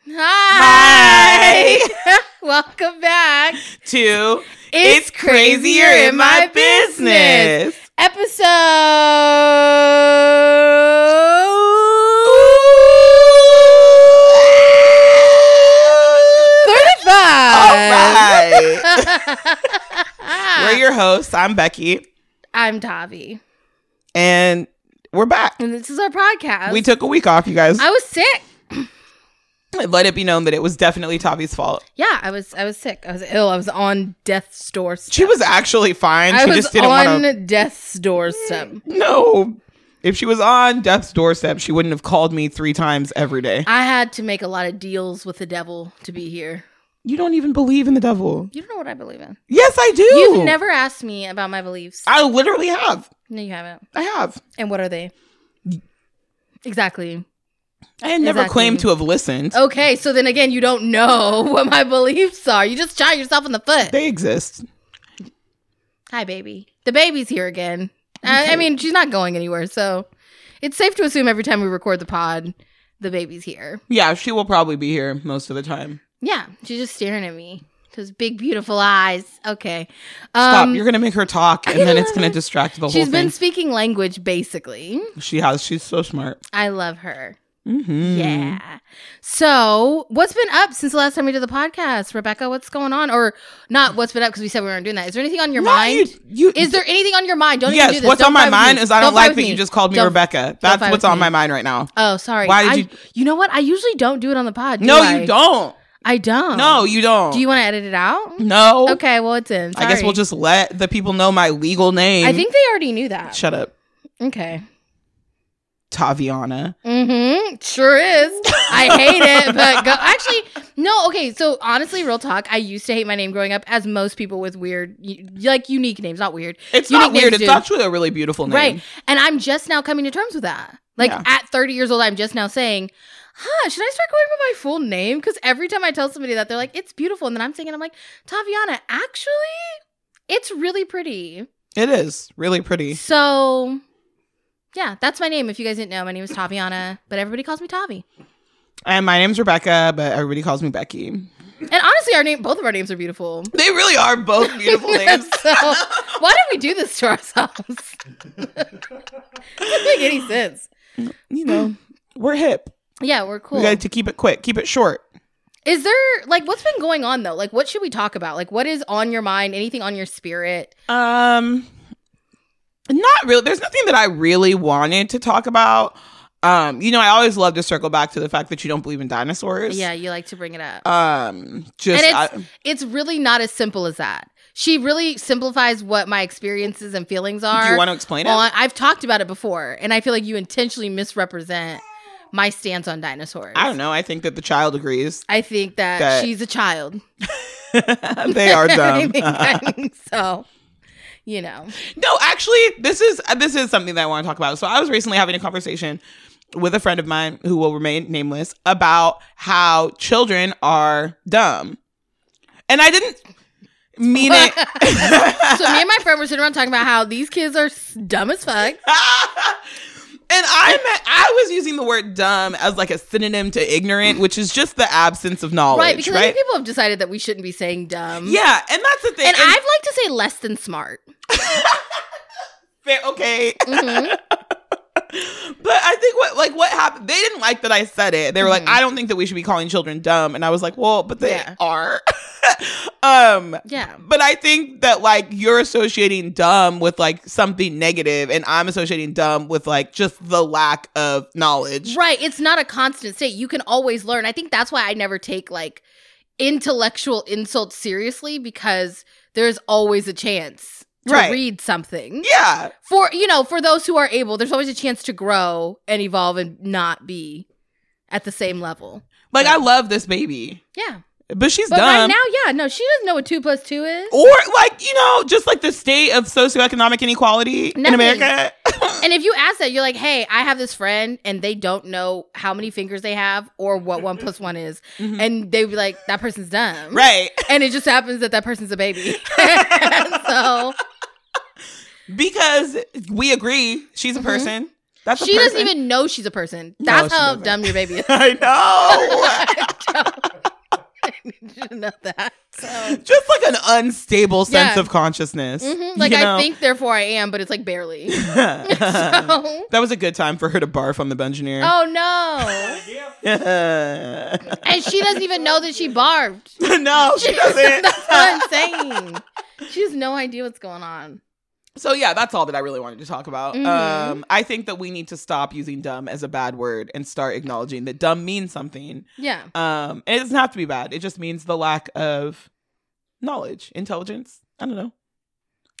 Welcome back. Two, it's, crazier in my business. Episode 35. All right. We're your hosts. I'm Becky, I'm Tavi, and we're back. and this is our podcast. We took a week off, you guys. I was sick. Let it be known that it was definitely Tavi's fault. Yeah, I was. I was sick. I was ill. I was on death's doorstep. She was actually fine. I she was just didn't on want to. death's doorstep. No. If she was on death's doorstep, she wouldn't have called me three times every day. I had to make a lot of deals with the devil to be here. You don't even believe in the devil. You don't know what I believe in. Yes, I do. You've never asked me about my beliefs. I literally have. no, you haven't. I have. And what are they? Exactly. I had never Exactly. Oh. claimed to have listened. Okay, so then again, you don't know what my beliefs are. You just shot yourself in the foot. They exist. Hi, baby. The baby's here again. I, I mean, she's not going anywhere, so it's safe to assume every time we record the pod, the baby's here. Yeah, she will probably be here most of the time. Yeah, she's just staring at me. Those big, beautiful eyes. Okay. Stop. Um, You're going to make her talk and then it's going to distract the she's whole been thing. speaking language, basically. she has. She's so smart. I love her. Mm-hmm. Yeah. So, what's been up since the last time we did the podcast, Rebecca? What's going on, or not? What's been up? Because we said we weren't doing that. Is there anything on your No, mind? You, you, is there anything on your mind? Don't even yes, do this. what's Don't on fight my with mind me. is I don't fight like with that you me. just called me Don't- Rebecca. fight That's with what's on me. my mind right now. Oh, sorry. Why did I- you- You know what? I usually don't do it on the pod. do No, I? you don't. I don't. No, you don't. Do you want to edit it out? No. Okay. Well, it's in. I guess Sorry. we'll just let the people know my legal name. I think they already knew that. Shut up, Okay. Taviana. Mm-hmm. Sure is. I hate it, but go. Actually, no. Okay. So honestly, real talk. I used to hate my name growing up, as most people with weird, u- like unique names, not weird. It's Unique not weird. names do. It's actually a really beautiful name. Right. And I'm just now coming to terms with that. Like Yeah. at 30 years old, I'm just now saying, huh, should I start going by my full name? Because every time I tell somebody that, they're like, it's beautiful. And then I'm thinking, I'm like, Taviana, actually, it's really pretty. It is really pretty. So, yeah, that's my name. If you guys didn't know, my name is Taviana, but everybody calls me Tavi. And my name's Rebecca, but everybody calls me Becky. And honestly, our name, both of our names are beautiful. They really are both beautiful names. so, why did we do this to ourselves? Doesn't make any sense. You know, we're hip. Yeah, we're cool. We got to keep it quick, keep it short. Is there like what's been going on though? Like what should we talk about? Like what is on your mind? Anything on your spirit? Um, not really. There's nothing that I really wanted to talk about. Um, you know, I always love to circle back to the fact that you don't believe in dinosaurs. Yeah, you like to bring it up. Um, just And I, it's really not as simple as that. She really simplifies what my experiences and feelings are. do you want to explain it? on, I've talked about it before, and I feel like you intentionally misrepresent my stance on dinosaurs. I don't know. I think that the child agrees. I think that, That- she's a child. they are I dumb. think- I think so, you know. no, actually, this is uh, this is something that I want to talk about. So I was recently having a conversation with a friend of mine who will remain nameless about how children are dumb, and I didn't mean it. So me and my friend were sitting around talking about how these kids are s- dumb as fuck. and I meant, I was using the word dumb as like a synonym to ignorant, which is just the absence of knowledge, right right? because I think people have decided that we shouldn't be saying dumb yeah, and that's the thing. and, And i've like to say less than smart fair- okay. Mhm. Mm-hmm. But I think what like what happened they didn't like that I said it. They were Mhm. like, I don't think that we should be calling children dumb. And I was like, Well, but they Yeah. are. um yeah but I think that like you're associating dumb with like something negative and I'm associating dumb with like just the lack of knowledge. right it's not a constant state you can always learn i think that's why i never take like intellectual insults seriously because there's always a chance to Right. read something Yeah. for you know for those who are able there's always a chance to grow and evolve and not be at the same level Like Yeah. I love this baby. yeah But she's but right dumb. Oh. now yeah no she doesn't know what two plus two is or like, you know, just like the state of socioeconomic inequality in Nothing. America. And if you ask that, you're like, hey, I have this friend and they don't know how many fingers they have or what one plus one is. Mhm. And they'd be like, that person's dumb. right. And it just happens that that person's a baby. so Because we agree she's a Mhm. person. That's a she doesn't person. even know she's a person. No, That's she how doesn't. dumb your baby is. I know. I don't- I didn't know that. just like an unstable sense Yeah. of consciousness. Mhm. Like you I know? think, therefore I am, but it's like barely. so, that was a good time for her to barf on the bungeoneer. oh no! And she doesn't even know that she barfed. no, she doesn't. That's what I'm saying. She has no idea what's going on. So yeah, that's all that I really wanted to talk about. Mhm. Um, I think that we need to stop using "dumb" as a bad word and start acknowledging that "dumb" means something. Yeah. Um, and it doesn't have to be bad. It just means the lack of knowledge, intelligence. I don't know.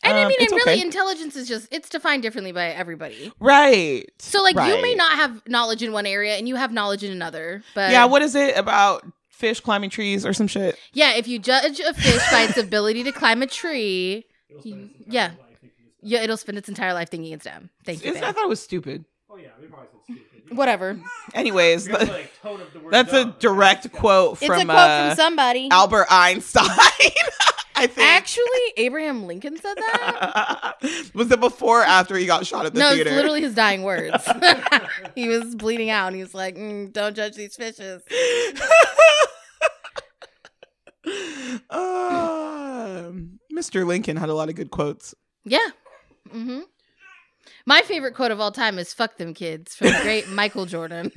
And I Um, mean, it's and really, okay. intelligence is just, it's defined differently by everybody. right. So, like, you may Right. not have knowledge in one area and you have knowledge in another. But yeah. What is it about fish climbing trees or some shit? yeah, if you judge a fish by its ability to climb a tree, you- yeah. Yeah, it'll spend its entire life thinking it's dumb. Thank you. It's- I babe. thought it was stupid. Oh yeah, we probably said stupid. Whatever. Anyways, We have to, like, tone up the word that's a dumb. direct quote It's from, a quote uh, from somebody. Albert Einstein. I think. Actually, Abraham Lincoln said that. was it before or after he got shot at the no, theater? it's literally his dying words. he was bleeding out, and he was like, mm, "Don't judge these fishes." Um, Mr. Lincoln had a lot of good quotes. Yeah. Mm-hmm. My favorite quote of all time is "Fuck them kids" from the great Michael Jordan.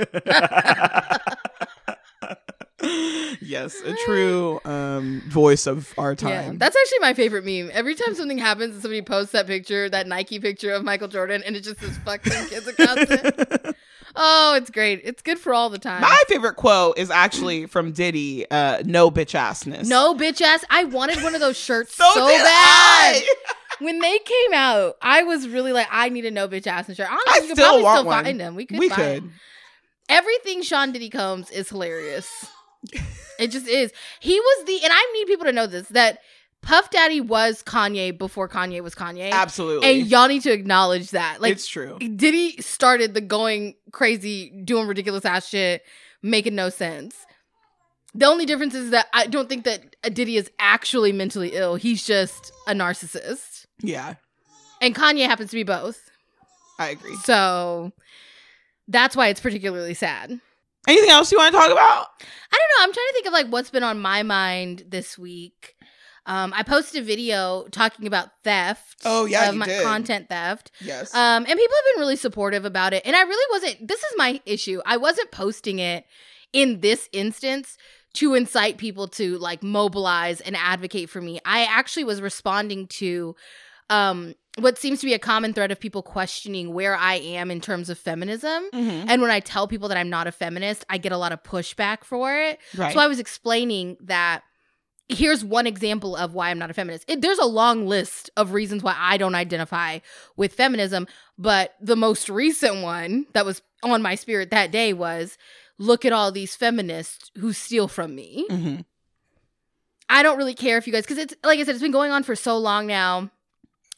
yes, a true um, voice of our Yeah, time. that's actually my favorite meme. Every time something happens and somebody posts that picture, that Nike picture of Michael Jordan, and it just says "Fuck them kids" across it. Oh, it's great. It's good for all the time. My favorite quote is actually from Diddy, uh, "No bitch assness." no bitch ass. I wanted one of those shirts so, so, did bad. I. when they came out, I was really like, I need a no bitch ass insurance. Honestly, I you could still probably want still one. find them. We could. We buy could. It. Everything Sean Diddy Combs is hilarious. it just is. He was the, and I need people to know this that Puff Daddy was Kanye before Kanye was Kanye. Absolutely, And y'all need to acknowledge that. Like, it's true. Diddy started the going crazy, doing ridiculous ass shit, making no sense. The only difference is that I don't think that Diddy is actually mentally ill. He's just a narcissist. Yeah, And Kanye happens to be both. I agree. So that's why it's particularly sad. I don't Anything else you want to talk about? know. I'm trying to think of like what's been on my mind this week. Um, I posted a video talking about theft. Oh, yeah, of you my did. content theft. Yes. Um, and people have been really supportive about it. And I really wasn't. This is my issue. I wasn't posting it in this instance to incite people to like mobilize and advocate for me. I actually was responding to um, what seems to be a common thread of people questioning where I am in terms of feminism. Mhm. And when I tell people that I'm not a feminist, I get a lot of pushback for it. Right. So I was explaining that here's one example of why I'm not a feminist. It, there's a long list of reasons why I don't identify with feminism, but the most recent one that was on my spirit that day was look at all these feminists who steal from me. Mhm. I don't really care if you guys, because it's like I said, it's been going on for so long now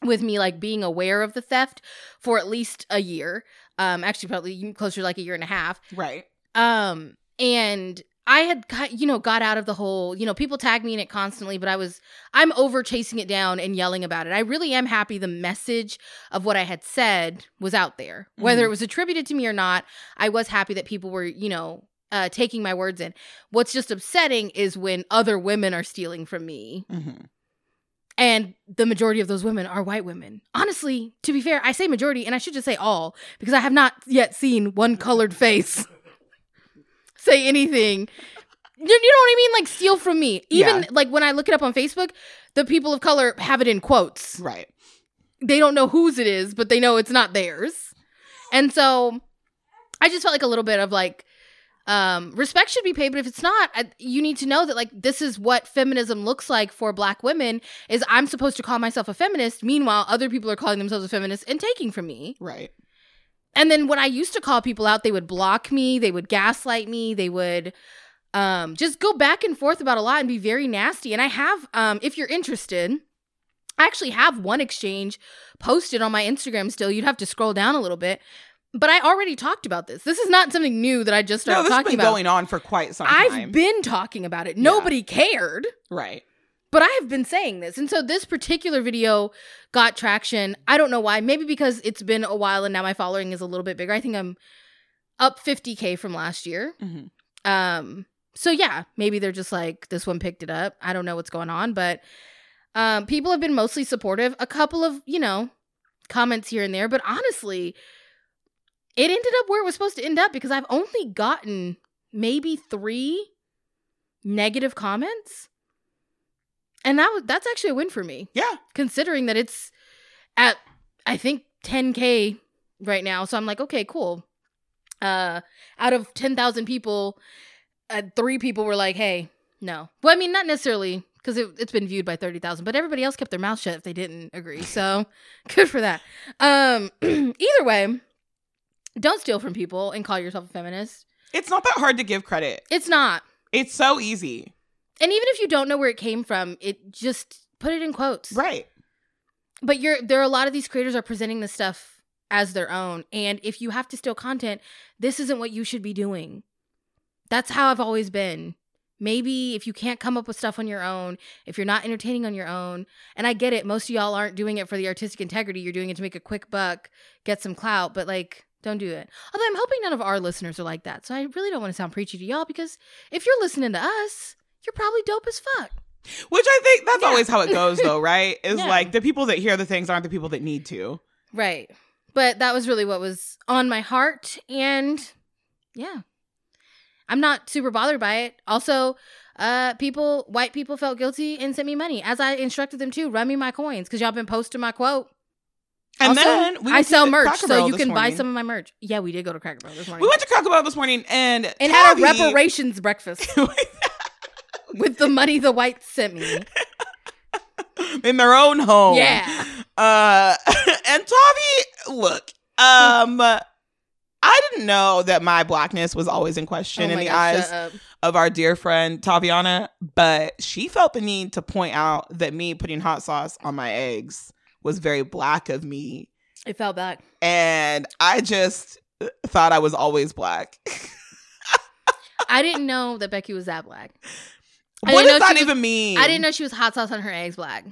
with me like being aware of the theft for at least a year. Um, actually, probably closer to like a year and a half. Right. Um, and I had got, you know, got out of the whole, you know, people tag me in it constantly, but I was, I'm over chasing it down and yelling about it. I really am happy the message of what I had said was out there. Whether it was attributed to me or not, I was happy that people were, you know, uh, taking my words in. What's just upsetting is when other women are stealing from me Mm-hmm. and the majority of those women are white women. Honestly, to be fair, I say majority and I should just say all because I have not yet seen one colored face say anything. You, you know what I mean? Like, steal from me. Even Yeah. like when I look it up on Facebook, the people of color have it in quotes. Right. They don't know whose it is, but they know it's not theirs. And so I just felt like a little bit of like, um, respect should be paid, but if it's not, I, you need to know that like this is what feminism looks like for Black women. Is I'm supposed to call myself a feminist, meanwhile other people are calling themselves a feminist and taking from me. Right. And then when I used to call people out, they would block me, they would gaslight me, they would um, just go back and forth about a lot and be very nasty. And I have, um, if you're interested, I actually have one exchange posted on my Instagram still. You'd have to scroll down a little bit. But I already talked about this. This is not something new that I just No, started this has talking been about. going on for quite some time. I've been talking about it. Yeah. Nobody cared, right. but I have been saying this. And so this particular video got traction. I don't know why. Maybe because it's been a while and now my following is a little bit bigger. I think I'm up 50k from last year. Mhm. Um so yeah, maybe they're just like this one picked it up. I don't know what's going on, but um, people have been mostly supportive. A couple of you know comments here and there, but honestly, it ended up where it was supposed to end up because I've only gotten maybe three negative comments, and that was that's actually a win for me Yeah. considering that it's at I think 10k right now. So I'm like, okay, cool. Uh, out of 10,000 people, uh, three people were like, hey, no. Well, I mean, not necessarily because it, it's been viewed by 30,000, but everybody else kept their mouth shut if they didn't agree. So good for that. Um, either way, don't steal from people and call yourself a feminist. It's not that hard to give credit. It's not. It's so easy. And even if you don't know where it came from, it just put it in quotes. Right. but you're there are a lot of these creators are presenting this stuff as their own and if you have to steal content this isn't what you should be doing that's how i've always been maybe if you can't come up with stuff on your own if you're not entertaining on your own and i get it most of y'all aren't doing it for the artistic integrity you're doing it to make a quick buck get some clout but like don't do it although i'm hoping none of our listeners are like that so i really don't want to sound preachy to y'all because if you're listening to us you're probably dope as fuck Which I think that's Yeah. always how it goes though, right? Is Yeah. like the people that hear the things aren't the people that need to. Right. But that was really what was on my heart. And yeah, I'm not super bothered by it. Also, uh, people, white people felt guilty and sent me money as I instructed them to run me my coins because y'all been posting my quote. And Also, then we I went to sell the merch, Cracker so Barrel you this can buy morning. some of my merch. Yeah, we did go to Cracker Barrel this morning. We went to Cracker Barrel this morning and and had a Tabby- reparations breakfast with the money the whites sent me. in their own home. Yeah. Uh, and Tavi, look, um, I didn't know that my blackness was always in question Oh in my the God, eyes shut up. of our dear friend Taviana, but she felt the need to point out that me putting hot sauce on my eggs was very black of me. It fell back. And I just thought I was always black. I didn't know that Becky was that black. I What didn't know does that she was- even mean? I didn't know she was hot sauce on her eggs black.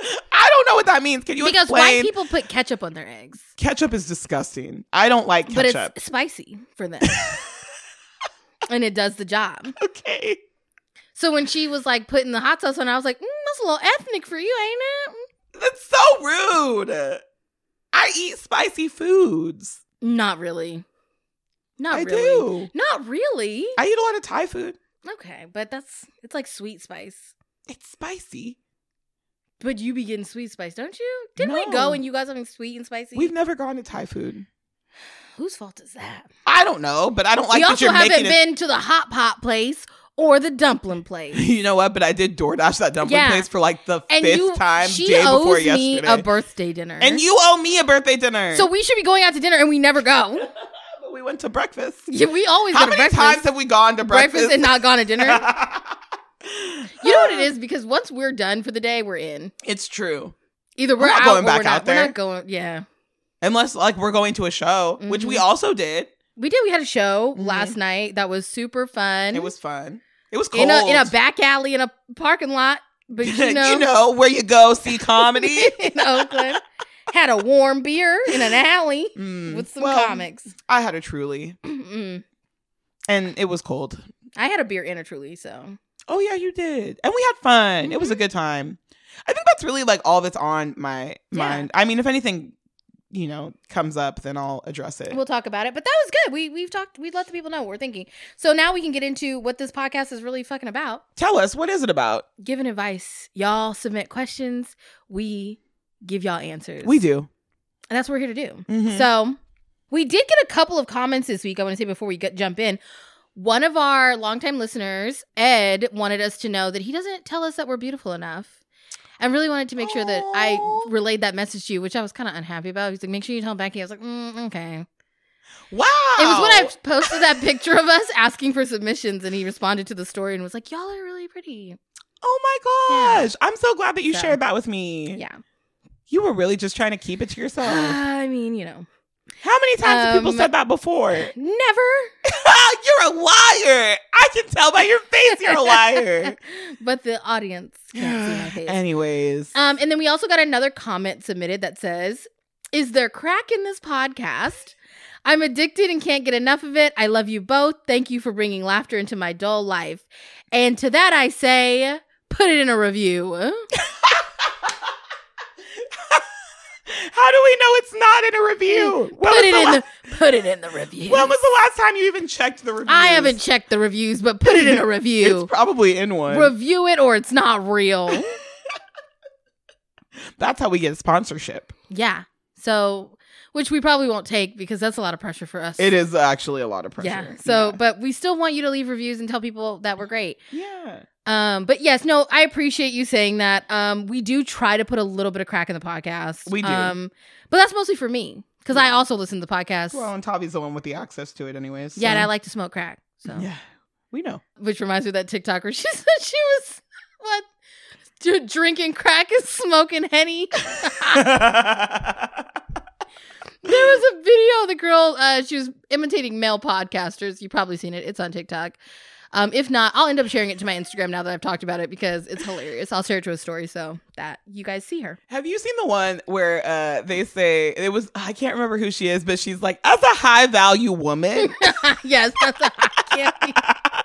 I don't know what that means. Can you because explain? white people put ketchup on their eggs, ketchup is disgusting. I don't like but ketchup. it's spicy for them, and it does the job. okay. So when she was like putting the hot sauce on, I was like, mm, "That's a little ethnic for you, ain't That's so rude. I eat spicy foods. it?" Not really. Not I really. do. Not really. I eat a lot of Thai food. okay, but that's it's like sweet spice. It's spicy. But you be getting sweet spice, don't you? Didn't we No. go and you got something sweet and spicy? We've never gone to Thai food. Whose fault is that? I don't know, but I don't like we that also you're haven't making it. been to the hot pot place or the dumpling place. You know what? But I did DoorDash that dumpling Yeah. place for like the and fifth you time she day owes before me yesterday. a birthday dinner and you owe me a birthday dinner. so we should be going out to dinner and we never go But we went to breakfast. Yeah, we always How go to many breakfast, times have we gone to breakfast breakfast? and not gone to dinner you you know what it is because once we're done for the day we're in It's true. either we're not out going or back we're not, out we're there. not going yeah Unless like we're going to a show, which we Mhm. also did. we did we had a show Mhm. last night that was super fun It was fun. It was cold. in a in a back alley in a parking lot but you know, where you go see comedy. in oakland had a warm beer in an alley Mm. with some Well, comics I had a truly, Mm. and it was cold. i had a beer and a truly so Oh yeah, you did, and we had fun. It Mm-hmm. was a good time. I think that's really like all that's on my mind. I mean, if anything, you know, comes up, then I'll address it. We'll talk about it. But that was good. We we've talked we let the people know what we're thinking. So now we can get into what this podcast is really fucking about. Tell us what is it about? Giving advice. Y'all submit questions. We give y'all answers. We do. And that's what we're here to do. Mhm. So we did get a couple of comments this week. I want to say before we get, jump in. One of our longtime listeners, Ed, wanted us to know that he doesn't tell us that we're beautiful enough. And really wanted to make sure that I Aw. relayed that message to you, which I was kind of unhappy about. He's like, make sure you tell Becky. I was like, mm, okay. Wow, It was when I posted that picture of us asking for submissions, and he responded to the story and was like, "Y'all are really pretty." Oh my Yeah. gosh! I'm so glad that you So- shared that with me. Yeah, You were really just trying to keep it to yourself. I mean, you know, How many times have people Um, said that before? never. you're a liar. I can tell by your face you're a liar. but the audience can't see my face. Anyways. um, and then we also got another comment submitted that says, "Is there crack in this podcast?" I'm addicted and can't get enough of it. I love you both. Thank you for bringing laughter into my dull life. And to that I say, put it in a review. How do we know it's not in a review? When Put was it the in la- the put it in the review. when was the last time you even checked the review? I haven't checked the reviews, but put it in a review. It's probably in one. Review it or it's not real. That's how we get sponsorship. yeah. So, which we probably won't take because that's a lot of pressure for us. It is actually a lot of pressure. Yeah. So, but we still want you to leave reviews and tell people that we're great. yeah. Um, but yes, no, I appreciate you saying that. Um, we do try to put a little bit of crack in the podcast. We do. Um, but that's mostly for me because I also listen to the podcast. Well, and Tavi's the one with the access to it, anyways. yeah, and I so- like to smoke crack. So, Yeah, we know. which reminds me of that TikTok where she said she was what Dr- drinking crack and smoking henny. There was a video of the girl. Uh, she was imitating male podcasters. You've probably seen it. It's on TikTok. Um, if not, I'll end up sharing it to my Instagram now that I've talked about it because it's hilarious. I'll share it to a story so that you guys see her. Have you seen the one where uh, they say it was? I can't remember who she is, but she's like, as a high value woman, yes, that's a candy.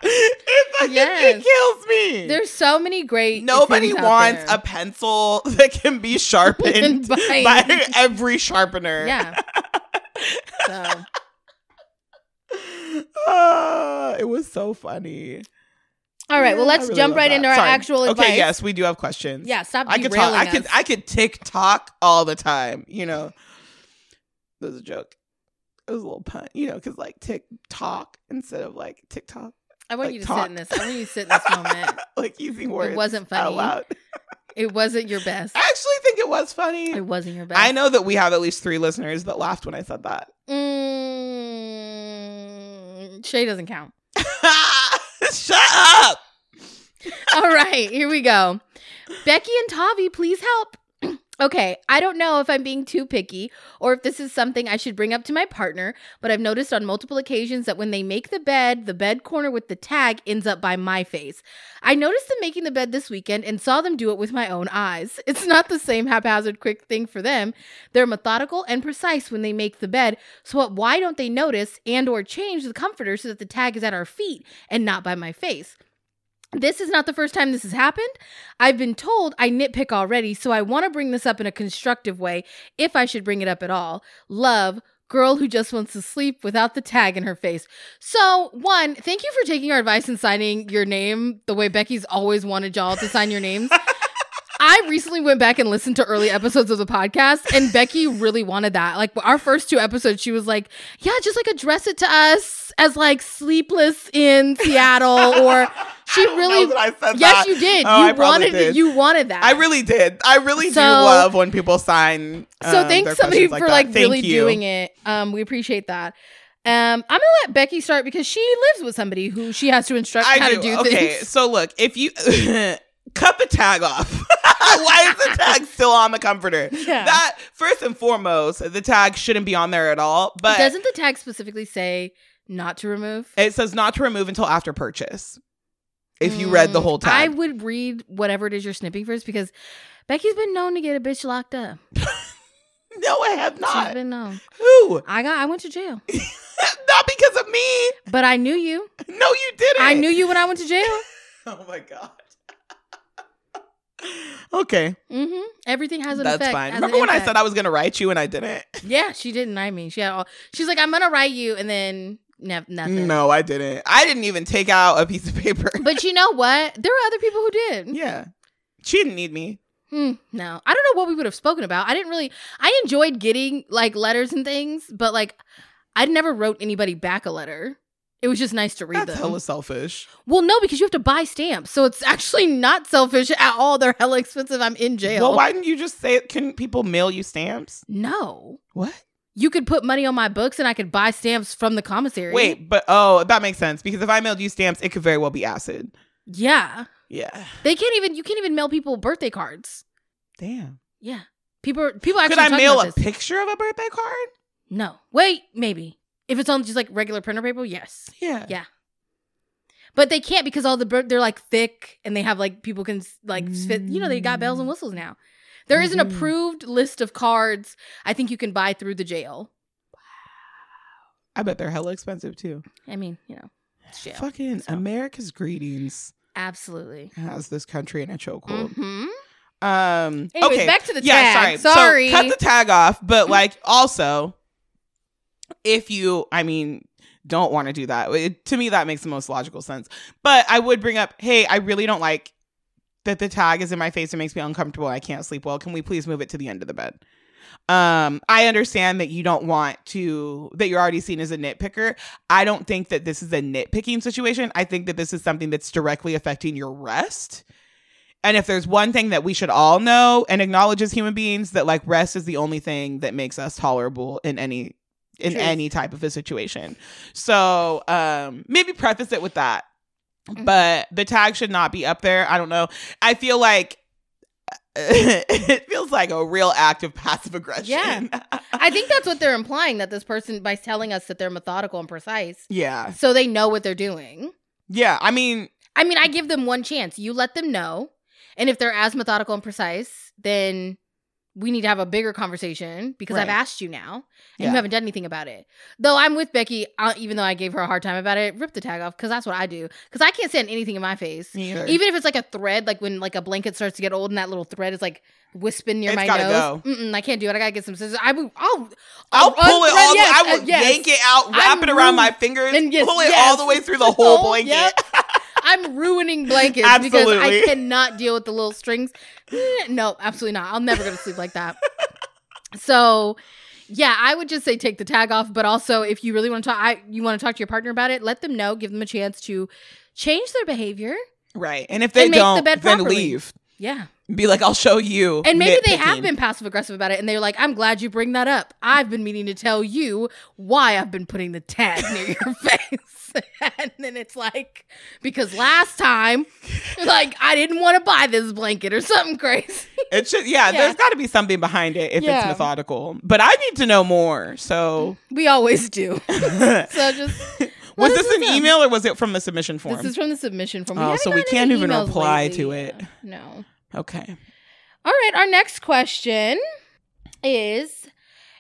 it fucking Yes. it kills me. There's so many great. Nobody things out wants there. a pencil that can be sharpened By- by every sharpener. yeah. So Ah, it was so funny. all right, well Yeah, let's I really jump love right that. into our Sorry. actual advice. Okay, yes, we do have questions. Yeah, stop I could talk. I could I could TikTok all the time. You know, it was a joke. It was a little pun. You know, because like TikTok instead of like TikTok, I want like, you to talk. sit in this. I want you to sit in this moment. like using words. wasn't funny. Out loud. It wasn't your best. I actually think it was funny. It wasn't your best. I know that we have at least three listeners that laughed when I said that. Mm, Shay doesn't count. Shut up. All right, here we go. Becky and Tavi, please help. okay, I don't know if I'm being too picky or if this is something I should bring up to my partner, but I've noticed on multiple occasions that when they make the bed, the bed corner with the tag ends up by my face. I noticed them making the bed this weekend and saw them do it with my own eyes. It's not the same haphazard quick thing for them. They're methodical and precise when they make the bed, so what, why don't they notice and or change the comforter so that the tag is at our feet and not by my face? This is not the first time this has happened. I've been told I nitpick already, so I want to bring this up in a constructive way if I should bring it up at all. Love, girl who just wants to sleep without the tag in her face. So, one, thank you for taking our advice and signing your name the way Becky's always wanted y'all to sign your names. I recently went back and listened to early episodes of the podcast, and Becky really wanted that. Like our first two episodes, she was like, "Yeah, just like address it to us as like sleepless in Seattle," or she I don't really know that I said Yes, that. you did. Oh, you I probably wanted did. you wanted that. I really did. I really do So- love when people sign. So um, thanks their somebody questions for that. like Thank really you. doing it. Um, we appreciate that. Um, I'm gonna let Becky start because she lives with somebody who she has to instruct how to do Uh, okay, things. so look, if you cut the tag off, why is the tag still on the comforter? Yeah. That first and foremost, the tag shouldn't be on there at all. But Doesn't the tag specifically say not to remove? it says not to remove until after purchase. If you read the Mm, whole I tag, would read whatever it is you're snipping first because Becky's been known to get a bitch locked up. no, I have She's not. been known. Who? I got. I went to jail, not because of me. but I knew you. No, you didn't. I knew you when I went to jail. Oh my god. okay, hmm Everything has an that's effect. fine. has an Remember when I impact. said I was gonna write you and I didn't? Yeah, she didn't. I mean, she had all. She's like, I'm gonna write you, and then nev- nothing. No, I didn't. I didn't even take out a piece of paper. But you know what? There are other people who did. Yeah. She didn't need me. Hmm, no, I don't know what we would have spoken about. I didn't really. I enjoyed getting like letters and things, but like, I never wrote anybody back a letter. It was just nice to read That's them. hella selfish. well, no, because you have to buy stamps, so it's actually not selfish at all. They're hella expensive. I'm in jail. Well, why didn't you just say Can people mail you stamps? No, What? you could put money on my books, and I could buy stamps from the commissary. Wait, but oh, that makes sense because if I mailed you stamps, it could very well be acid. yeah, Yeah. they can't even. You can't even mail people birthday cards. Damn. Yeah. People are- people are actually could I talking mail about a this. picture of a birthday card? No. Wait, maybe. If it's on just like regular printer paper, yes. Yeah. Yeah. But they can't because all the bir- they're like thick and they have like people can s- like fit, you know they got bells and whistles now. There is Mhm. an approved list of cards I think you can buy through the jail. I bet they're hella expensive too. I mean, you know, it's jail. Fucking So- America's greetings Absolutely. has this country in a chokehold. hmm Um, Anyways, okay, back to the tag. So, Sorry. Mm-hmm. cut the tag off, but like also, if you, I mean, don't want to do that. It, to me, that makes the most logical sense. But I would bring up, hey, I really don't like that the tag is in my face. It makes me uncomfortable. I can't sleep well. Can we please move it to the end of the bed? Um, I understand that you don't want to that you're already seen as a nitpicker. I don't think that this is a nitpicking situation. I think that this is something that's directly affecting your rest. And if there's one thing that we should all know and acknowledge as human beings, that like rest is the only thing that makes us tolerable in any in Truth. any type of a situation. So um maybe preface it with that. Mm-hmm. But the tag should not be up there. I don't know. I feel like it feels like a real act of passive aggression. Yeah. I think that's what they're implying that this person, by telling us that they're methodical and precise, yeah. so they know what they're doing. Yeah. I mean, I mean, I give them one chance. You let them know. And if they're as methodical and precise, then we need to have a bigger conversation because I've Right. asked you now and Yeah. you haven't done anything about it. Though I'm with Becky, uh, even though I gave her a hard time about it, rip the tag off because that's what I do. Because I can't stand anything in my face. me either. Even if it's like a thread, like when like a blanket starts to get old and that little thread is like wisping near It's my gotta nose, Mm-mm, I can't do it. I gotta get some scissors. I will. I'll, I'll I'll pull it unthread- all. yes, the, I will uh, yes. yank it out, wrap I'm it around my rude. fingers, And yes, pull it yes. all the way through the whole Oh, blanket. yep. I'm ruining blankets because I Absolutely. cannot deal with the little strings. Eh, No, absolutely not. I'll never go to sleep like that. So, yeah, I would just say take the tag off. But also, if you really want to talk, I, you want to talk to your partner about it, let them know, give them a chance to change their behavior. Right. And if they And make the don't, bed then properly. leave. Yeah, Be like, I'll show you. and maybe they have nitpicking. been passive aggressive about it, and they're like, "I'm glad you bring that up. I've been meaning to tell you why I've been putting the tag near your face." and then it's like, because last time, like I didn't want to buy this blanket or something crazy. It should, yeah, Yeah. there's got to be something behind it if Yeah. it's methodical. But I need to know more. So, We always do. was So just let us this an know. email or was it from the submission form? This is from the submission form. Oh, haven't so we gotten can't any even emails reply to it. Yeah, No. okay. All right, our next question is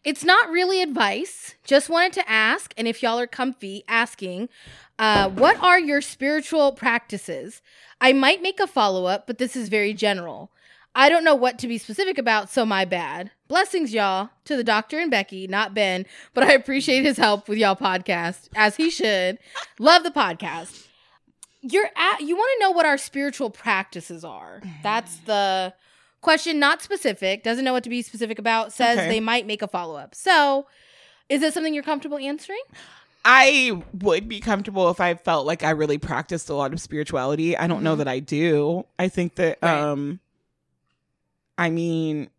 it's not really advice. Just wanted to ask, and if y'all are comfy asking, uh, what are your spiritual practices? I might make a follow up, but this is very general. I don't know what to be specific about, so my bad. Blessings, y'all, to the doctor and Becky, not Ben, but I appreciate his help with y'all podcast, as he should. Love the podcast. You're at, you want to know what our spiritual practices are. That's the question, not specific, doesn't know what to be specific about, says Okay. they might make a follow up. So, is this something you're comfortable answering? I would be comfortable if I felt like I really practiced a lot of spirituality. I don't know Mhm. that I do. I think that Right. um I mean,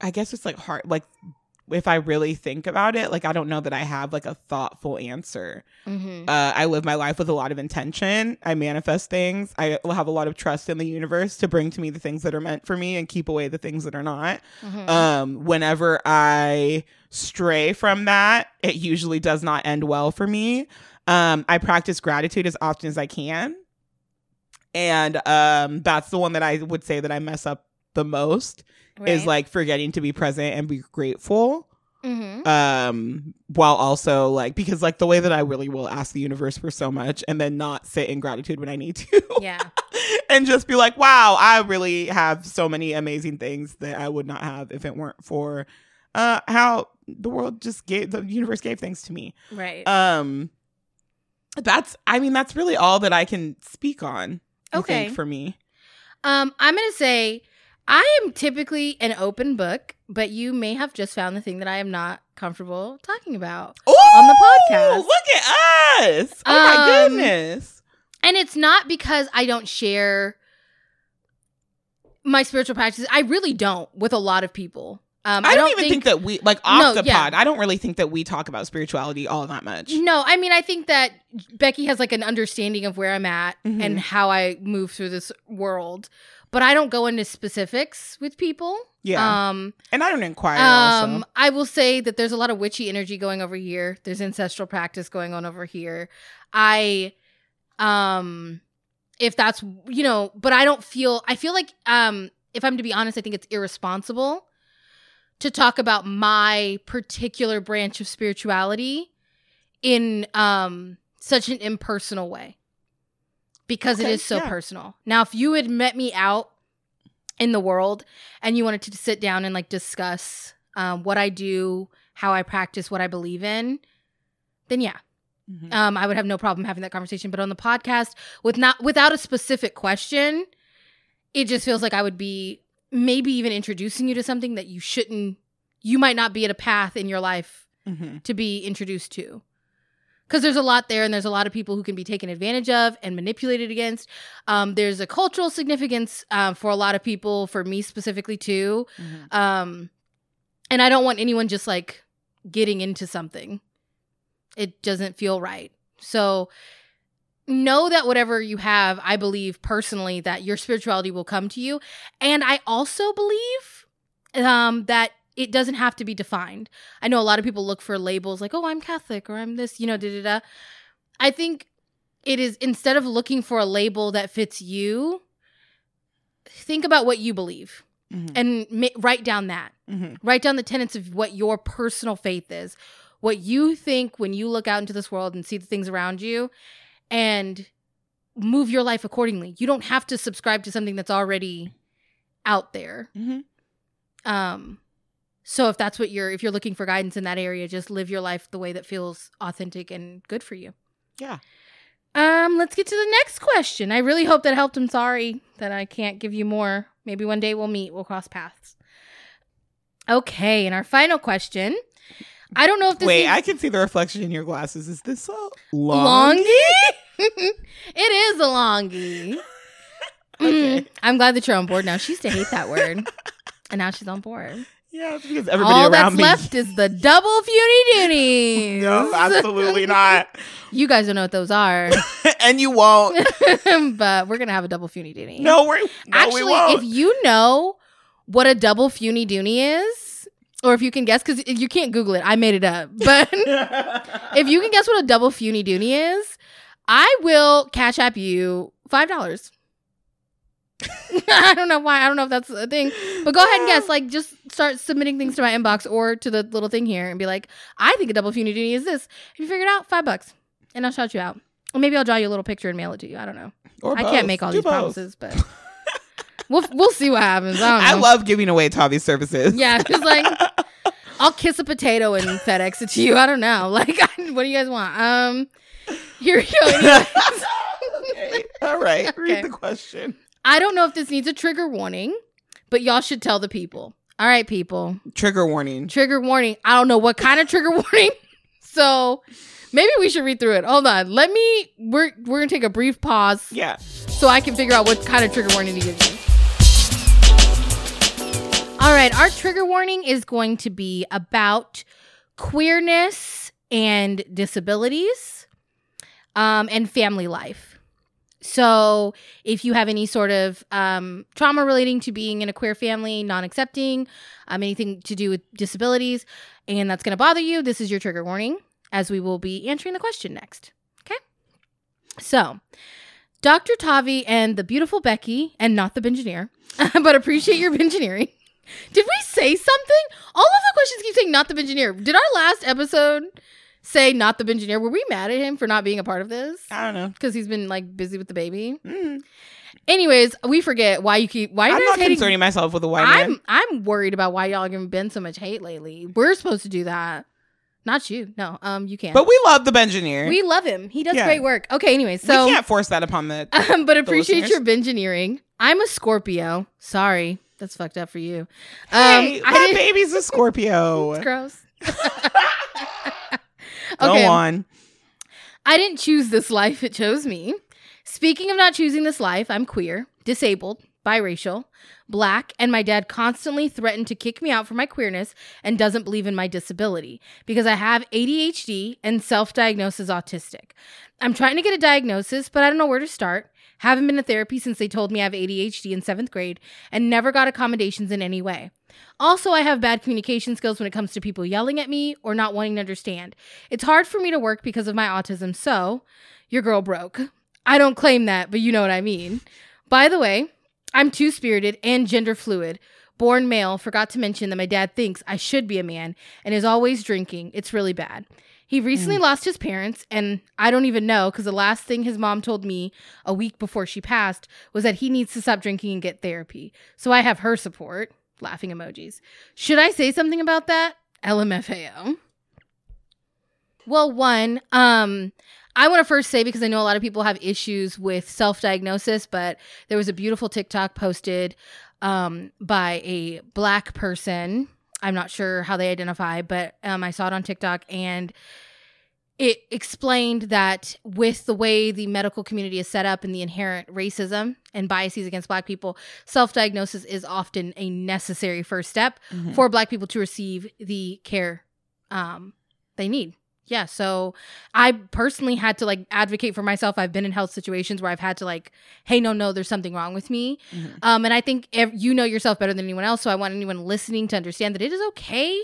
I guess it's like hard like if I really think about it, like I don't know that I have like a thoughtful answer. Mm-hmm. Uh, I live my life with a lot of intention. I manifest things. I will have a lot of trust in the universe to bring to me the things that are meant for me and keep away the things that are not mm-hmm. um whenever i stray from that it usually does not end well for me um i practice gratitude as often as i can and um that's the one that i would say that i mess up the most is like forgetting to be present and be grateful mm-hmm. um while also like because like the way that i really will ask the universe for so much and then not sit in gratitude when i need to yeah. and just be like, wow, I really have so many amazing things that I would not have if it weren't for uh how the world just gave the universe gave things to me. Right. Um that's I mean that's really all that I can speak on. I think, Okay. for me. Um, I'm gonna say I am typically an open book, but you may have just found the thing that I am not comfortable talking about. on the podcast. Look at us. Oh my Um, goodness. And it's not because I don't share my spiritual practices. I really don't with a lot of people. Um, I, I, don't, even think, that we like off No, the yeah. pod. I don't really think that we talk about spirituality all that much. No, I mean I think that Becky has like an understanding of where I'm at Mhm. and how I move through this world, but I don't go into specifics with people. Yeah. Um, and I don't inquire Um, also. I will say that there's a lot of witchy energy going over here. There's ancestral practice going on over here. I, um, if that's you know, but I don't feel. I feel like, um, if I'm to be honest, I think it's irresponsible to talk about my particular branch of spirituality in um such an impersonal way because Okay, it is so yeah. personal. Now, if you had met me out in the world and you wanted to sit down and like discuss um, what I do, how I practice, what I believe in, then yeah, Mhm. um, I would have no problem having that conversation. But on the podcast, with not without a specific question, it just feels like I would be maybe even introducing you to something that you shouldn't. You might not be at a path in your life Mhm. to be introduced to. Because there's a lot there, and there's a lot of people who can be taken advantage of and manipulated against. Um, there's a cultural significance uh, for a lot of people, for me specifically too. Mhm. Um, and I don't want anyone just like getting into something. It doesn't feel right. So know that whatever you have, I believe personally that your spirituality will come to you. And I also believe um, that it doesn't have to be defined. I know a lot of people look for labels like, oh, I'm Catholic or I'm this, you know, da da da. I think it is instead of looking for a label that fits you, think about what you believe Mhm. and ma- write down that. Mhm. Write down the tenets of what your personal faith is, what you think when you look out into this world and see the things around you, and move your life accordingly. You don't have to subscribe to something that's already out there. Mhm. Um, so if that's what you're, if you're looking for guidance in that area, just live your life the way that feels authentic and good for you. Yeah. Um, let's get to the next question. I really hope that helped. I'm sorry that I can't give you more. Maybe one day we'll meet. We'll cross paths. Okay, and our final question. I don't know if this Wait, is I can see the reflection in your glasses. Is this a long? longy. it is a longy. Okay. Mm, I'm glad that you're on board now. She used to hate that word, and now she's on board. Yeah, it's because everybody All that's around me. left is the double puny duties. No, absolutely not. You guys don't know what those are, and you won't. but we're gonna have a double puny duty. No, we're no, we actually, won't. if you know what a double puny duty is, or if you can guess, because you can't Google it, I made it up. But if you can guess what a double puny duty is, I will cash app you five dollars. I don't know why. I don't know if that's a thing. But go ahead and guess. Like, just start submitting things to my inbox or to the little thing here and be like, I think a double puny duty is this. If you figure it out, five bucks. And I'll shout you out. Or maybe I'll draw you a little picture and mail it to you. I don't know. Or I both. can't make all Do these both. promises, but we'll we'll see what happens. I don't I know. love giving away Tavi's services. yeah, just like I'll kiss a potato and FedEx it to you. I don't know. Like, I, what do you guys want? Um, here we go. Anyways. okay. All right. Okay. Read the question. I don't know if this needs a trigger warning, but y'all should tell the people. All right, people. Trigger warning. Trigger warning. I don't know what kind of trigger warning. So maybe we should read through it. Hold on. Let me. We're we're gonna take a brief pause Yeah. so I can figure out what kind of trigger warning to give you. All right, our trigger warning is going to be about queerness and disabilities um, and family life. So, if you have any sort of um, trauma relating to being in a queer family, non accepting, um, anything to do with disabilities, and that's going to bother you, this is your trigger warning as we will be answering the question next. Okay. So, Dr. Tavi and the beautiful Becky, and not the Bengineer, but appreciate your Bengineering. Did we say something? All of the questions keep saying not the Bengineer. Did our last episode say not the Bengineer? Were we mad at him for not being a part of this? I don't know. Because he's been like busy with the baby. Mm. Anyways, we forget why you keep why you I'm guys not hating. concerning myself with a white man. I'm I'm worried about why y'all giving Ben so much hate lately. We're supposed to do that, not you. No, um, you can't. But we love the Benjineer. we love him. He does Yeah. great work. Okay, anyways, We so can't force that upon the. um, but appreciate listeners. your engineering. I'm a Scorpio. Sorry, that's fucked up for you. Um, Hey, I my didn't- baby's a Scorpio. It's gross. Go on. I didn't choose this life, it chose me. Speaking of not choosing this life, I'm queer, disabled, biracial, black, and my dad constantly threatened to kick me out for my queerness and doesn't believe in my disability because I have ADHD and self diagnoses autistic. I'm trying to get a diagnosis, but I don't know where to start. Haven't been to therapy since they told me I have ADHD in seventh grade and never got accommodations in any way. Also, I have bad communication skills when it comes to people yelling at me or not wanting to understand. It's hard for me to work because of my autism, so your girl broke. I don't claim that, but you know what I mean. By the way, I'm two spirited and gender fluid. Born male, forgot to mention that my dad thinks I should be a man and is always drinking. It's really bad. He recently lost his parents, and I don't even know because the last thing his mom told me a week before she passed was that he needs to stop drinking and get therapy. So I have her support. Laughing emojis. Should I say something about that? LMFAO. Well, one, um, I want to first say because I know a lot of people have issues with self-diagnosis, but there was a beautiful TikTok posted um, by a black person. I'm not sure how they identify, but um, I saw it on TikTok and it explained that with the way the medical community is set up and the inherent racism and biases against black people, self-diagnosis is often a necessary first step Mhm. for black people to receive the care um, they need yeah so i personally had to like advocate for myself i've been in health situations where i've had to like hey no no there's something wrong with me Mhm. um, and i think ev- you know yourself better than anyone else so i want anyone listening to understand that it is okay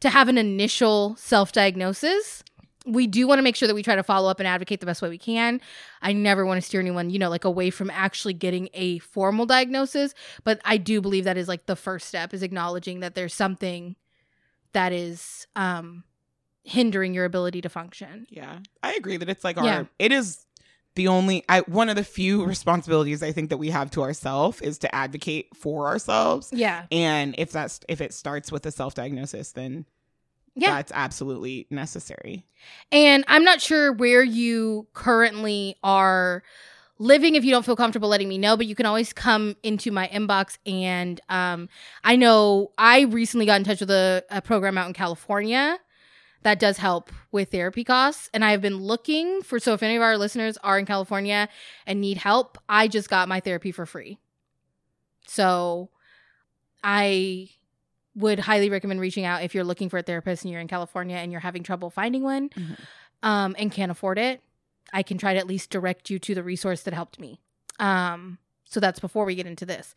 to have an initial self-diagnosis we do want to make sure that we try to follow up and advocate the best way we can i never want to steer anyone you know like away from actually getting a formal diagnosis but i do believe that is like the first step is acknowledging that there's something that is um hindering your ability to function Yeah, I agree that it's like Yeah. our. It is the only I one of the few responsibilities I think that we have to ourselves is to advocate for ourselves. yeah And if that's if it starts with a self diagnosis, then yeah that's absolutely necessary. and i'm not sure where you currently are living if you don't feel comfortable letting me know but you can always come into my inbox and um i know i recently got in touch with a, a program out in california that does help with therapy costs and i've been looking for so if any of our listeners are in california and need help i just got my therapy for free so i would highly recommend reaching out if you're looking for a therapist and you're in california and you're having trouble finding one Mhm. um, and can't afford it i can try to at least direct you to the resource that helped me um, so that's before we get into this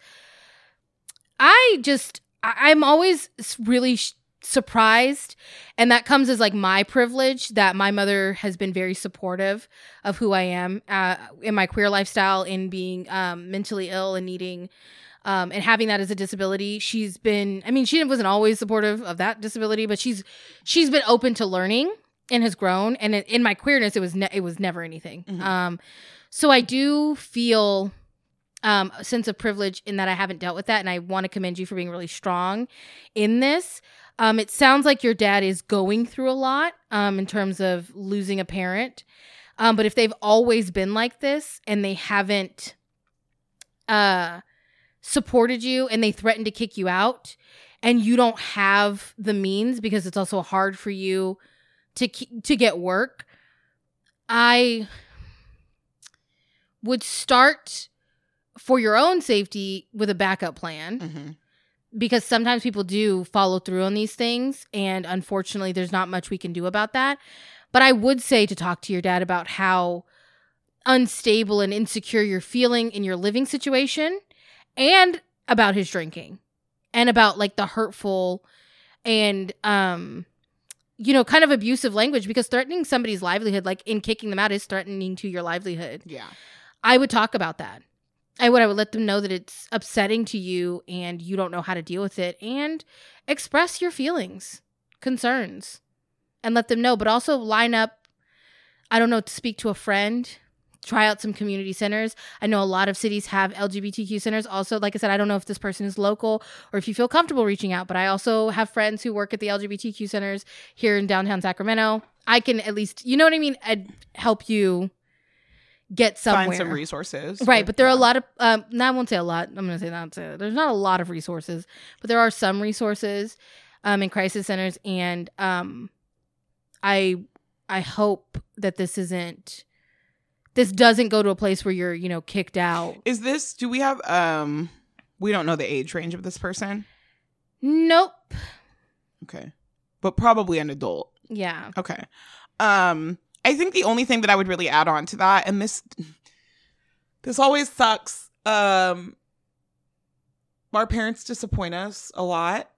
i just I- i'm always s- really sh- surprised and that comes as like my privilege that my mother has been very supportive of who i am uh, in my queer lifestyle in being um, mentally ill and needing um, and having that as a disability she's been i mean she wasn't always supportive of that disability but she's she's been open to learning and has grown and in- in my queerness it was ne- it was never anything Mhm. um so i do feel um a sense of privilege in that i haven't dealt with that and i want to commend you for being really strong in this um it sounds like your dad is going through a lot um in terms of losing a parent um but if they've always been like this and they haven't uh supported you and they threatened to kick you out and you don't have the means because it's also hard for you to ke- to get work i would start for your own safety with a backup plan Mm-hmm. because sometimes people do follow through on these things and unfortunately there's not much we can do about that but i would say to talk to your dad about how unstable and insecure you're feeling in your living situation and about his drinking and about like the hurtful and um you know kind of abusive language because threatening somebody's livelihood like in kicking them out is threatening to your livelihood Yeah. I would talk about that. I would I would let them know that it's upsetting to you and you don't know how to deal with it and express your feelings, concerns and let them know but also line up I don't know to speak to a friend, try out some community centers. I know a lot of cities have LGBTQ centers also. Like I said, I don't know if this person is local or if you feel comfortable reaching out, but I also have friends who work at the LGBTQ centers here in downtown Sacramento. I can at least, you know what I mean, i help you get somewhere. Find some resources. Right, but there are a Yeah. lot of um no, I won't say a lot. I'm gonna say not say there's not a lot of resources, but there are some resources um in crisis centers and um I I hope that this isn't this doesn't go to a place where you're, you know, kicked out. Is this? Do we have? Um, we don't know the age range of this person. Nope. Okay, but probably an adult. Yeah. Okay. Um, I think the only thing that I would really add on to that, and this this always sucks. Um our parents disappoint us a lot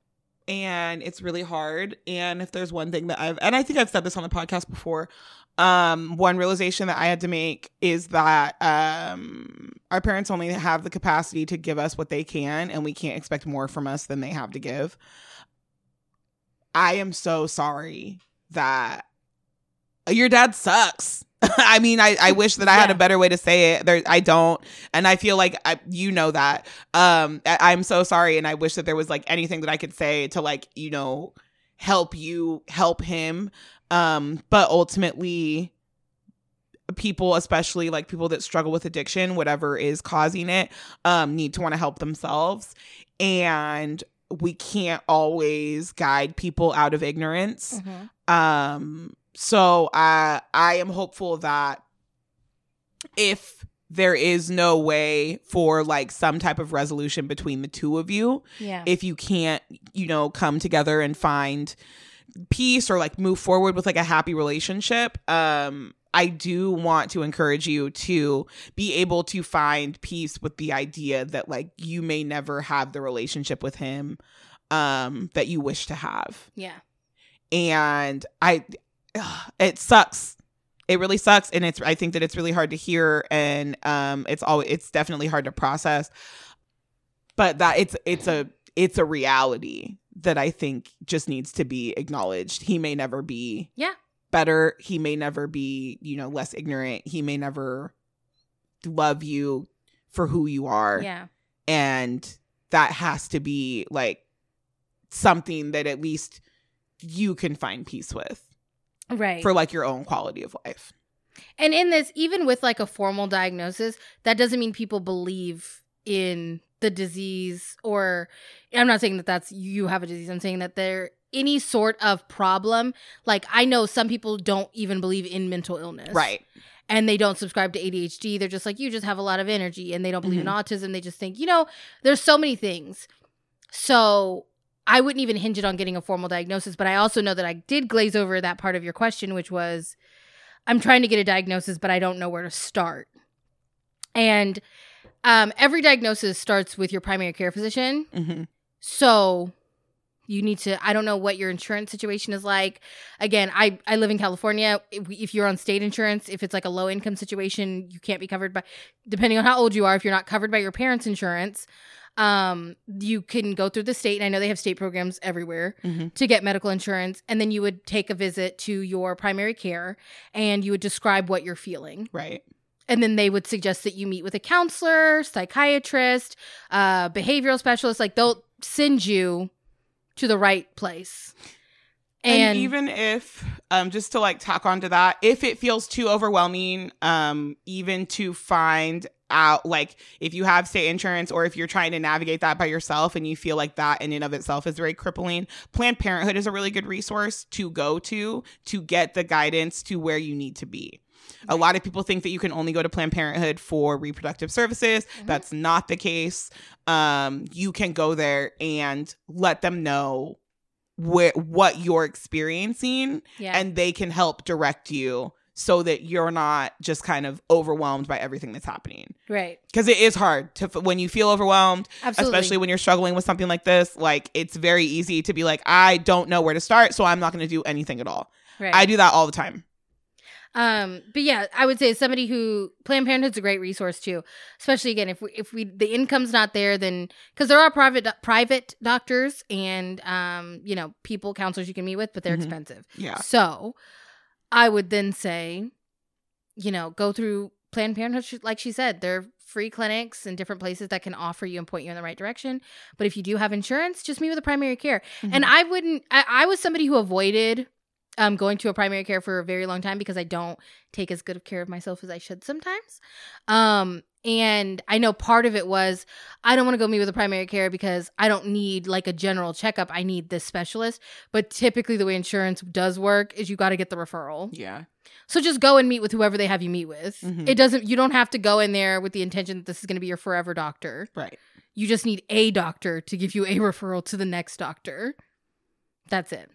and it's really hard. And if there's one thing that I've and I think I've said this on the podcast before, um, one realization that I had to make is that um our parents only have the capacity to give us what they can and we can't expect more from us than they have to give. I am so sorry that uh, your dad sucks. I mean, I, I wish that I had Yeah. a better way to say it. There, I don't, and I feel like I, you know that. Um, I, I'm so sorry, and I wish that there was like anything that I could say to like you know help you help him. Um, but ultimately, people, especially like people that struggle with addiction, whatever is causing it, um, need to want to help themselves, and we can't always guide people out of ignorance Mm-hmm. um so i i am hopeful that if there is no way for like some type of resolution between the two of you Yeah. if you can't you know come together and find peace or like move forward with like a happy relationship um i do want to encourage you to be able to find peace with the idea that like you may never have the relationship with him um that you wish to have yeah. and I, ugh, it sucks. It really sucks, and it's. I think that it's really hard to hear, and um, it's all. It's definitely hard to process. But that it's it's a it's a reality that I think just needs to be acknowledged. He may never be Yeah. better. He may never be you know less ignorant. He may never love you for who you are Yeah. and that has to be like something that at least you can find peace with Right. for like your own quality of life. and in this, even with like a formal diagnosis, that doesn't mean people believe in the disease or I'm not saying that that's you have a disease. I'm saying that there any sort of problem. Like I know some people don't even believe in mental illness. Right. and they don't subscribe to ADHD. They're just like, you just have a lot of energy and they don't believe in autism. They just think, you know, there's so many things. So I wouldn't even hinge it on getting a formal diagnosis. But I also know that I did glaze over that part of your question, which was I'm trying to get a diagnosis, but I don't know where to start. And um, every diagnosis starts with your primary care physician. hmm So you need to I don't know what your insurance situation is like. Again, I I live in California. If, if you're on state insurance, if it's like a low income situation, you can't be covered by depending on how old you are, if you're not covered by your parents' insurance, um you can go through the state and I know they have state programs everywhere Mhm. to get medical insurance and then you would take a visit to your primary care and you would describe what you're feeling Right. and then they would suggest that you meet with a counselor, psychiatrist, uh, behavioral specialist. Like they'll send you to the right place. And, And, even if um just to like tack onto that, if it feels too overwhelming, um, even to find out like if you have state insurance or if you're trying to navigate that by yourself and you feel like that in and of itself is very crippling, Planned Parenthood is a really good resource to go to to get the guidance to where you need to be. A lot of people think that you can only go to Planned Parenthood for reproductive services. Mhm. That's not the case. Um, you can go there and let them know where what you're experiencing, yeah, and they can help direct you so that you're not just kind of overwhelmed by everything that's happening. right, Because it is hard to f- when you feel overwhelmed, absolutely, especially when you're struggling with something like this. Like it's very easy to be like, I don't know where to start, so I'm not going to do anything at all. right. I do that all the time. Um, but yeah, I would say somebody who Planned Parenthood's a great resource too, especially again if we, if we the income's not there, then because there are private do- private doctors and um you know people counselors you can meet with, but they're Mhm. expensive. Yeah. So I would then say, you know, go through Planned Parenthood. Sh- Like she said, there are free clinics and different places that can offer you and point you in the right direction. But if you do have insurance, just meet with a primary care. Mm-hmm. And I wouldn't, I, I was somebody who avoided um, going to a primary care for a very long time because I don't take as good of care of myself as I should sometimes. Um, and I know part of it was I don't want to go meet with a primary care because I don't need like a general checkup. I need this specialist. But typically, the way insurance does work is you got to get the referral. yeah. So just go and meet with whoever they have you meet with. Mhm. It doesn't, you don't have to go in there with the intention that this is going to be your forever doctor. Right. You just need a doctor to give you a referral to the next doctor. That's it.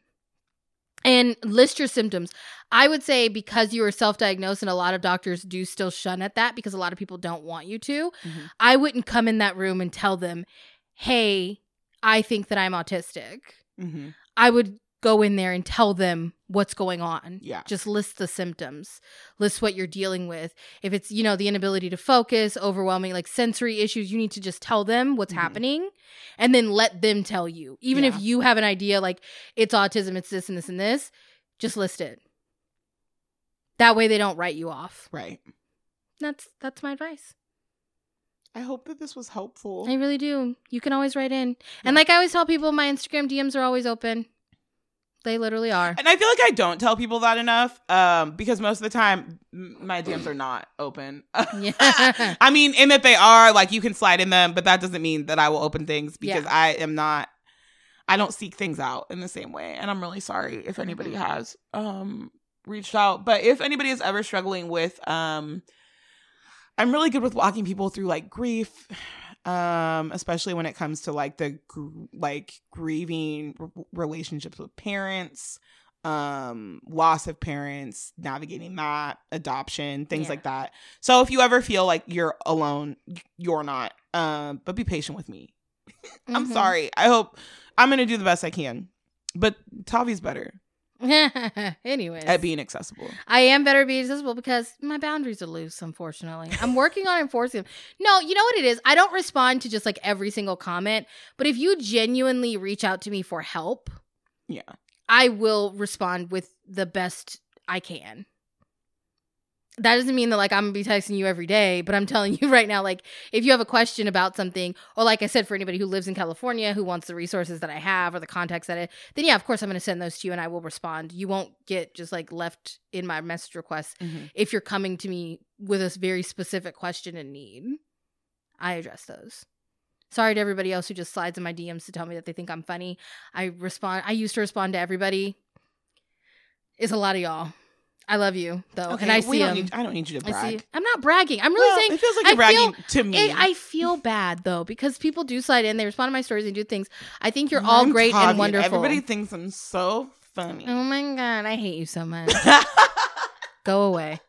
And list your symptoms. I would say because you are self diagnosed, and a lot of doctors do still shun at that because a lot of people don't want you to, Mhm. I wouldn't come in that room and tell them, hey, I think that I'm autistic. hmm I would go in there and tell them what's going on. Yeah. Just list the symptoms, list what you're dealing with. If it's, you know, the inability to focus, overwhelming, like sensory issues, you need to just tell them what's Mhm. happening and then let them tell you. Even if Yeah. you have an idea, like it's autism, it's this and this and this, just list it. That way they don't write you off. Right. That's that's my advice. I hope that this was helpful. I really do. You can always write in. And like I always tell people, my Instagram DMs are always open. They literally are. And I feel like I don't tell people that enough um, because most of the time m- my DMs are not open. Yeah. I mean, in that they are, like you can slide in them, but that doesn't mean that I will open things because Yeah. I am not, I don't seek things out in the same way. And I'm really sorry if anybody Mm-hmm. has um, reached out. But if anybody is ever struggling with, um, I'm really good with walking people through like grief, um, especially when it comes to like the gr- like grieving r- relationships with parents, um, loss of parents, navigating that, adoption, things Yeah. like that. So if you ever feel like you're alone, you're not. Um, but be patient with me. I'm Mhm. sorry. I hope I'm gonna do the best I can. But Tavi's better Mm-hmm. Anyways. at being accessible. I am better at being accessible because my boundaries are loose, unfortunately. I'm working on enforcing them. No, you know what it is? I don't respond to just like every single comment, but if you genuinely reach out to me for help, Yeah. I will respond with the best I can. That doesn't mean that like I'm gonna be texting you every day, but I'm telling you right now, like if you have a question about something, or like I said, for anybody who lives in California who wants the resources that I have or the contacts that I then yeah, of course I'm gonna send those to you and I will respond. You won't get just like left in my message requests Mm-hmm. if you're coming to me with a very specific question and need, I address those. Sorry to everybody else who just slides in my DMs to tell me that they think I'm funny. I respond. I used to respond to everybody. It's a lot of y'all. I love you though, Oh, and I we see don't 'em. need- I don't need you to brag. I see. I'm not bragging. I'm really Well, saying it feels like I you're bragging to me. it, I feel bad though because people do slide in. They respond to my stories and do things. I think you're all I'm great Tavi, and wonderful. Everybody thinks I'm so funny. oh my god, I hate you so much. Go away.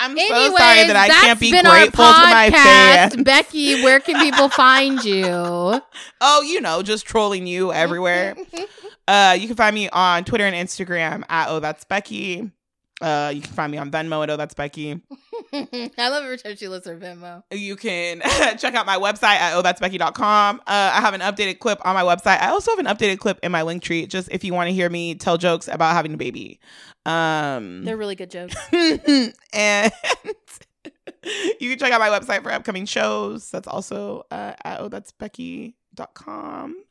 I'm so Anyways, sorry that I that's can't be been our grateful to my podcast. fans. Becky, where can people find you? Oh, you know, just trolling Mm-hmm. you everywhere. Uh, you can find me on Twitter and Instagram at Oh That's Becky. Uh, you can find me on Venmo at Oh That's Becky. I love every time she lists her Venmo. You can check out my website at Oh, ohthat'sbecky.com. Uh, I have an updated clip on my website. I also have an updated clip in my link tree, just if you want to hear me tell jokes about having a baby. Um, They're really good jokes. and you can check out my website for upcoming shows. That's also uh, at ohtat'sbecky.com.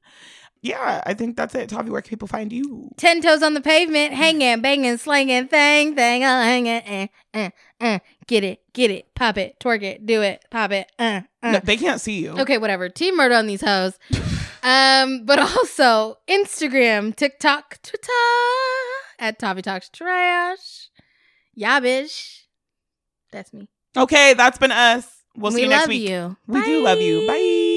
Yeah, I think that's it. Tavi, where can people find you? Ten toes on the pavement, hanging, banging, slinging, thang, thang, uh, hanging, uh, uh, uh. Get it, get it, pop it, twerk it, do it, pop it, uh, uh. No, they can't see you. Okay, whatever. Team murder on these hoes. um, but also Instagram, TikTok, Twitter at Tavi Talks Trash. Yeah, bitch. That's me. Okay, that's been us. We'll see you next love week. you. We do love you. Bye.